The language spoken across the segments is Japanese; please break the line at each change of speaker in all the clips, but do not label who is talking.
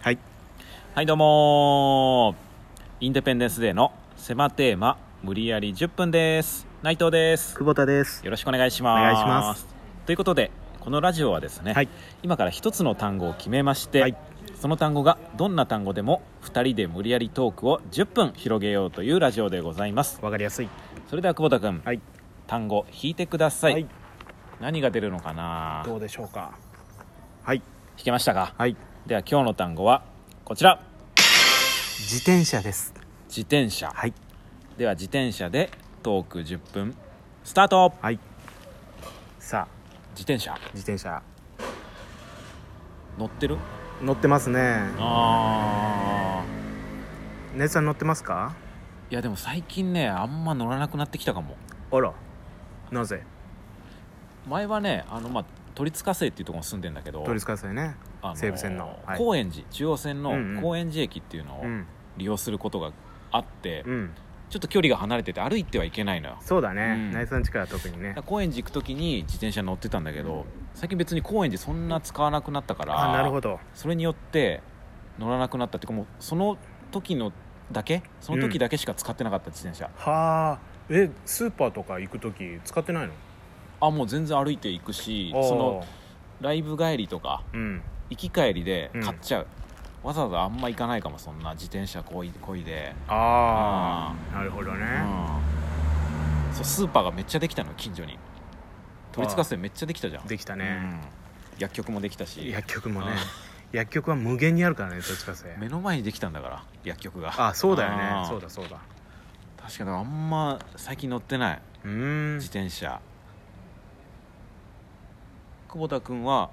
はい
はいどうもーインデペンデンスデーの狭テーマ無理やり10分です内藤です
久保田です
よろしくお願いします
お願いします
ということでこのラジオはですね、
はい
今から一つの単語を決めまして、
はい
その単語がどんな単語でも2人で無理やりトークを10分広げようというラジオでございます
わかりやすい
それでは久保田君、
はい
単語引いてください、何が出るのかな
どうでしょうかはい
引けましたか
はい
では今日の単語はこちら
自転車です
自転車
はい
では自転車でトーク10分スタート
はいさ
自転車
あ自転車
乗ってる
乗ってますね
あ
姉さん乗ってますか
ーいやでも最近ねあんま乗らなくなってきたかも
あらなぜ
前はねあのまあ都立火星っていうところに住んでんだけど
取り付かせね
あの
西武線のはい
高円寺中央線
うんう
の
ん
高円寺駅っていうのを
うん
利用することがあって、
うん
ちょっと距離が離れてて歩いてはいけないのよ
そうだね、
うん
内産地から特に
だ
ね
から高円寺行く時に自転車乗ってたんだけど、最近別に高円寺そんな使わなくなったから
あなるほど
それによって乗らなくなったっていうかもうその時のだけその時だけしか使ってなかった自転車、
はあえスーパーとか行く時使ってないの
あもう全然歩いていくしそのライブ帰りとか
うん
行き帰りで
うん
買っちゃう、わざわざあんま行かないかもそんな自転車こいこいで、
ああなるほどね、
うんそうスーパーがめっちゃできたの近所に都立合戦めっちゃできたじゃん
できたね、
うん薬局もできたし
薬局もね
あ
薬局は無限にあるからねどっちかせ
目の前にできたんだから薬局が
あそうだよ
あ
ね
ー
そうだそうだ
確かにあんま最近乗ってないう
ーん
自転車久保田君は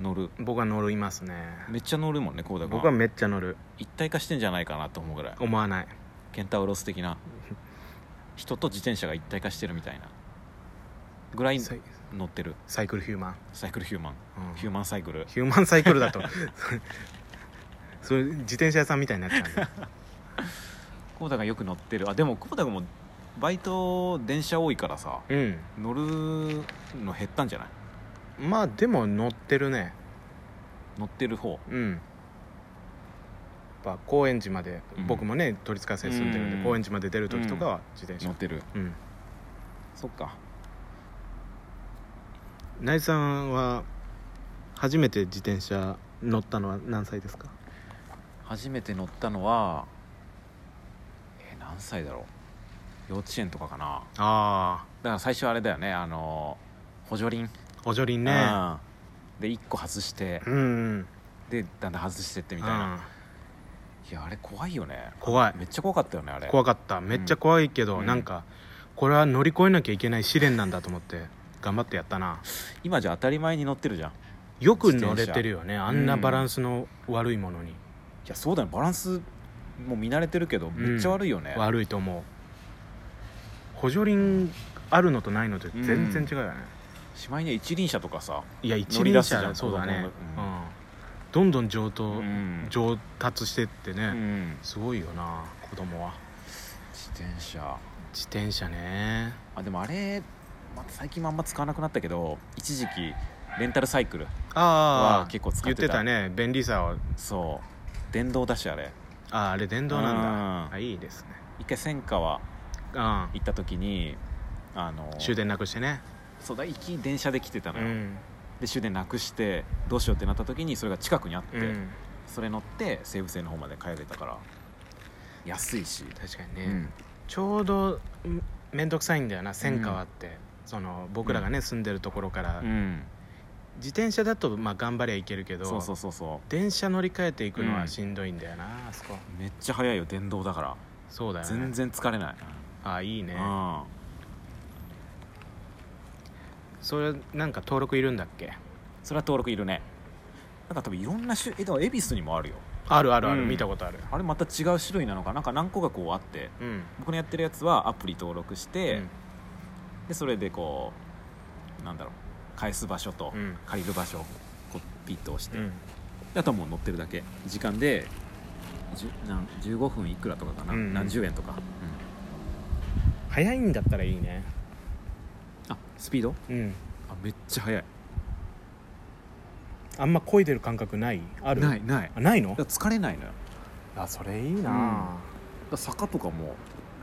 乗る
僕は乗りますね
めっちゃ乗るもんね久保田君
僕はめっちゃ乗る
一体化してんじゃないかなと思うぐらい
思わない
ケンタウロス 的な人と自転車が一体化してるみたいなぐらい
サイ
乗ってる
サイクルヒューマン、
サイクルヒューマン
うん
ヒューマンサイクル
ヒューマンサイクルだと それ自転車屋さんみたいになっちゃうんだ
久保田がよく乗ってるあでも久保田君もバイト電車多いからさ
うん
乗るの減ったんじゃない
まあでも乗ってるね
乗ってる方
うんやっぱ高円寺まで、
うん
僕もね鳥塚線住んでるんで、
うん
高円寺まで出る時とかは自転車
乗ってる
うん
そっか
内さんは初めて自転車乗ったのは何歳ですか
初めて乗ったのはえー何歳だろう幼稚園とかかな
あ
だから最初あれだよねあのー補助輪
あおじょりんね
うんで1個外して
うんうん
でだんだん外してってみたいな、いやあれ怖いよね
怖い
めっちゃ怖かったよねあれ
怖かっためっちゃ怖いけど、
うん
なんかこれは乗り越えなきゃいけない試練なんだと思って頑張ってやったな
今じゃ当たり前に乗ってるじゃんい
よく乗れてるよねあんなバランスの悪いものに、
やそうだよバランスもう見慣れてるけどめっちゃ悪いよね、
悪いと思う補助輪あるのとないのと全然違うよね、
しまいには一輪車とかさ、
いや一
乗り
輪
出すじゃ
車
ん
そうだね、う
うんん
どんどん上等、
うん
上達してってね、
うん
すごいよな子供は
自転車
自転車ね
あでもあれ、まあ、最近もあんま使わなくなったけど一時期レンタルサイクル
あ
は結構使
言っ
っ
てて
た
たね便利さを
そう電動だしあれ
ああれ電動なん
うん
だあいいですね
一回千川
うん
行った時にあの
終電なくしてね
そうだ行き電車で来てたの
う
よ、
ん、
で終電なくしてどうしようってなった時にそれが近くにあって、
うん、
それ乗って西武線の方まで帰れたから安いし、
確かに
う
ね、
ん、
ちょうどん面倒くさいんだよな千川って、その僕らがね、住んでるところから、
うん、
自転車だとまあ頑張りゃいけるけど
そうそうそうそ
電車乗り換えていくの
う
は
ん
しんどいんだよな、あそこ
うめっちゃ速いよ電動だから、
そうだよね
全然疲れない、
ああいいね
うん
それなんか登録いるんだっけ
それは登録いるねなんか多分いろんな種えでも恵比寿にもあるよ
あるあるある、
うん
見たことある
あれまた違う種類なのかなんか何個かこうあって
うん
僕のやってるやつはアプリ登録して、
うん
でそれでこうなんだろう返す場所と
うん
借りる場所をこうピッと押して、
うん
であとはもう乗ってるだけ時間で10なん15分いくらとかかな、
うんうん
何十円とか、
早いんだったらいいね
あスピード
うん
あめっちゃ速い
あんま漕いでる感覚ないある
ないない
あないの
だから疲れないのよだか
あそれいい
うん
な
ら坂とかも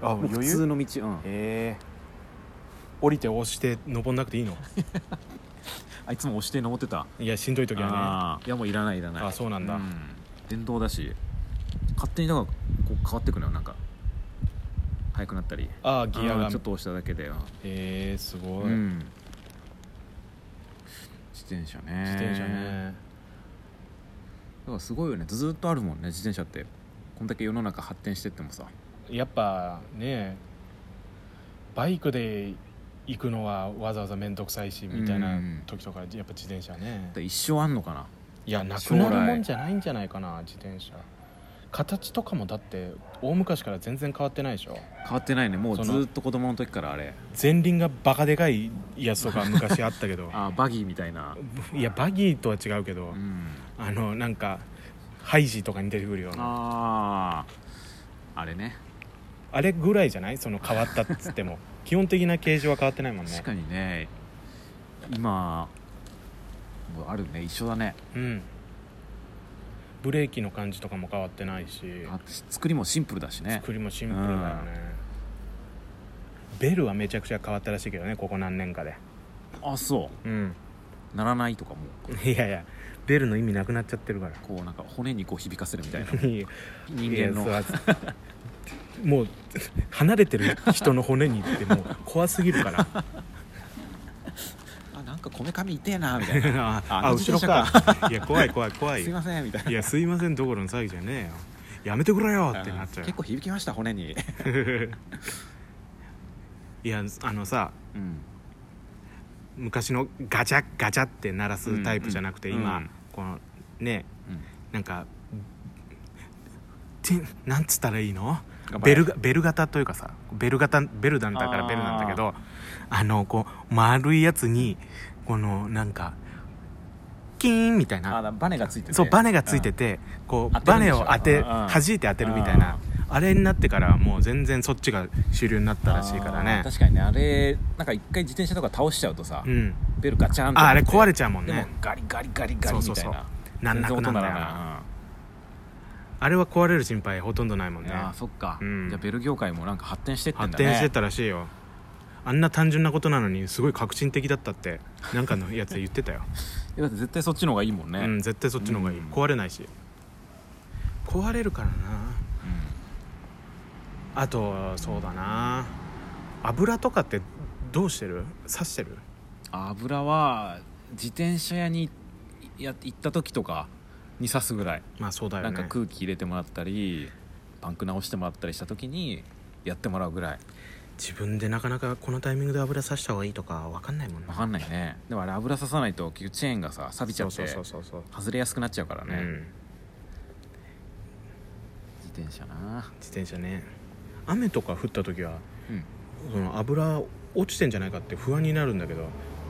あ
もう普通の道、うん、
ええ降りて押して登んなくていいの
あいつも押して登ってた
いやしんどい時はね
あーいやもういらないいらない
あそうなんだ
電動だし勝手になんかこう変わってくのよなんか速くなったり
ああギア
う
が
んちょっと押しただけで、
ええすごい、
うん、自転車ね
自転車ね
だからすごいよねずーっとあるもんね自転車ってこんだけ世の中発展してってもさ
やっぱねバイクで行くのはわざわざ面倒くさいしみたいな時とかやっぱ自転車ね
で一生あんのかない
やなくなる
将
も
来
んじゃないんじゃないかな自転車形とかもだって大昔から全然変わってないでしょ
変わってないねもうず
その
ーっと子供の時からあれ
前輪がバカでかいやつとか昔あったけど
あーバギーみたいな、
いやバギーとは違うけど、
うん、
あのなんかハイジとかに出てくるようなあ
あああれね
れぐらいじゃないその変わったっつって も基本的な形状は変わってないもんね
確かにね今もうあるね一緒だね
うんブレーキの感じとかも変わってないし
あ作りもシンプルだしね
作りもシンプルだよねベルはめちゃくちゃ変わったらしいけどねここ何年かで
あそ
うん
うならないとかも
いやいやベルの意味なくなっちゃってるから
こうなんか骨にこう響かせるみたいな
人
人間の
もう離れてる人の骨にってもう怖すぎるから
あなんかこめかみ痛えなみたいな
あ
あ
後ろかいや怖い怖い怖い
すいませんみたいない
やすいませんどころの詐欺じゃねえよやめてくれよってなっちゃう
結構響きました骨に
いやあのさ
うん
昔のガチャガチャって鳴らすタイプじゃなくて、
うんうん
今、
うん
このね
うん
なんかてなんつったらいいの
頑張れ
ベルがベル型というかさベル型ベルダンだから
あー
ベルなんだけどあのこう丸いやつにこのなんかキーンみたい
あ
な
だバネがついてて
そうバネがついてて、こ
当
う
てる
バ
んでし
ネ
ょ
を当て
うんうん
弾いて当てるみたいなあれになってからもう全然そっちが主流になっ
う
た
ん
らしいから
あー
ね
確かにねあれなんか一回自転車とか倒しちゃうとさ、
うん
ベルガチャンって
ああれ壊れ
ち
ちゃうもんね
ガリガリガリガリみたいな
そうそうそうなんなく
全
な
然
ん
音
だ
鳴
よ
ら
な
ない
あれは壊れる心配ほとんどないもんね
ああそっか、
うん
じゃあベル業界もなんか発展してってんだね
発展してたらしいよあんな単純なことなのにすごい革新的だった ってなんかのやつで言ってたよ、
いやだって絶対そっちの方がいいもんね、
うん絶対そっちの方がいい、
うん
壊れないし壊れるからなあとそうだな油とかってどうしてる刺してる
油は自転車屋にいや行った時とかに刺すぐらい、
まあそうだよ
な
ね
んか空気入れてもらったりパンク直してもらったりした時にやってもらうぐらい
自分でなかなかこのタイミングで油刺した方がいいとか分かんないもんな
わかんないねでもあれ油刺さないと結局チェーンがさ錆びちゃって
そうそうそうそう
外れやすくなっちゃうから
そう、
ね、
うん
自転車な
自転車ね雨とか降った時は
うん
その油落ちてんじゃないかって不安になるんだけど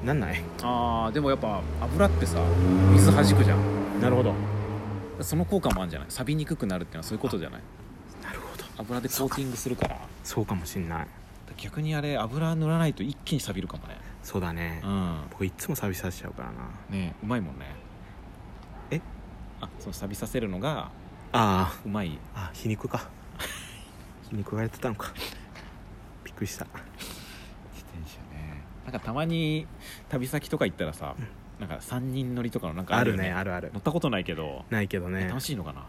なんない
あーでもやっぱ油ってさ水弾くじゃん
なるほど
その効果もあるんじゃない錆びにくくなるっていうのはそういうことじゃない
なるほど
油でコーティングするから
そうかもしんない
逆にあれ油塗らないと一気に錆びるかもね
そうだね、
ん
僕いつも錆びさせちゃうからな
ねうまいもんね
え
あその錆びさせるのが
あ
うまい
ああ皮肉 か皮肉がやってたのかびっくりした
自転車ねなんかたまに旅先とか行ったらさ、なんか3人乗りとかのなんか
あ
ある
る
よね
ねあるある
乗ったことないけど、
ないけどね
楽しいのかな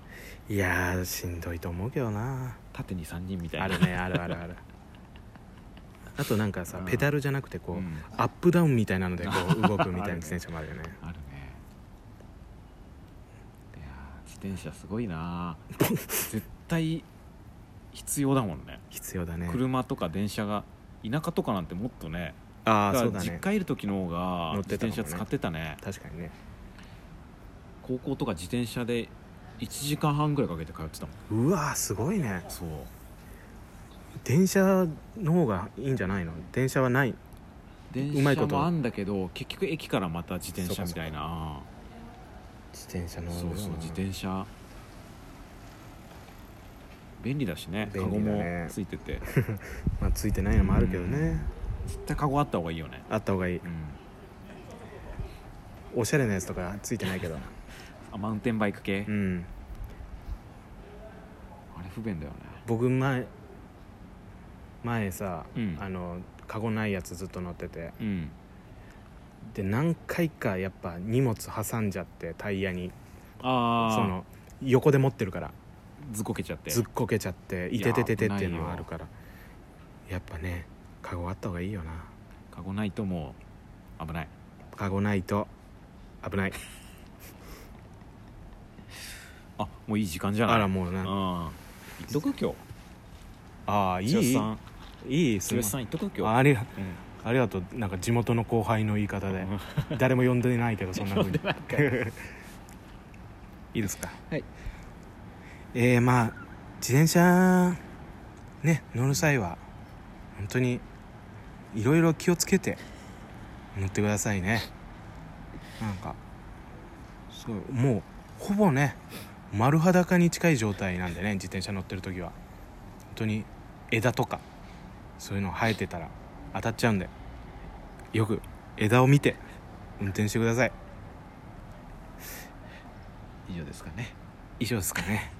い
やーしんどいと思うけどな
縦に3人みたいな
あるねあるあるあるあとなんかさ
うん
ペダルじゃなくてこう、
うん
アップダウンみたいなのでこう動くみたいな
あるね
自転車もあるよね
あるねいやー自転車すごいな 絶対必要だもんね
必要だね
車とか電車が田舎とかなんてもっとね
ああ
だ
そ
から
うだ
実
ね
家いる時の方が
乗っ
自
てたもん
転
ね
車使ってたね
確かにね
高校とか自転車で1時間半ぐらいかけて通ってたもん
うわーすごいね
そう
電車の方がいいんじゃないの電車はない
電
うまい
車
こと
もあんだけど結局駅からまた自転車みたいな
自転車
う
の
ん
方
そう
が
そう自転車便利だしねカゴ
便利だ
も
ね
ついてて
まあついてないのもあるけどね
絶対カゴあった方がいいよね
あった方がいい
うん
おしゃれなやつとかついてないけど
あマウンテンバイク系、
うん
あれ不便だよね
僕前前さ、
うん
あのカゴないやつずっと乗ってて
うん
で何回かやっぱ荷物挟んじゃってタイヤに
ああ
その横で持ってるから
ずっこけちゃって
ずっこけちゃっていててててっていうのがあるからやっぱねカゴあった方がいいよな
カゴないともう危ない
カゴないと危ない
あもういい時間じゃない
あらもう
う
なん
行っとく今
ああい
日剛
い
さん
いいす
剛さん行っとく今日
あありが
うん
ありがとうなんか地元の後輩の言い方で
うん
誰も呼んでないけどそんなふうに
呼んでない か
いいですか
はい
えー、まあ自転車ね乗る際は本当にいろいろ気をつけて乗ってくださいねなんかすごいもうほぼね丸裸に近い状態なんでね自転車乗ってる時は本当に枝とかそういうの生えてたら当たっちゃうんでよく枝を見て運転してください
以上ですかね、
以上ですかね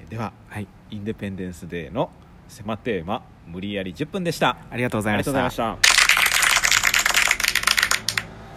えーでは
はい
インデペンデンスデーの狭テーマ無理やり10分でした
ありがとうご
あ
ざい
りが
ま
と
し
うござい
た
ました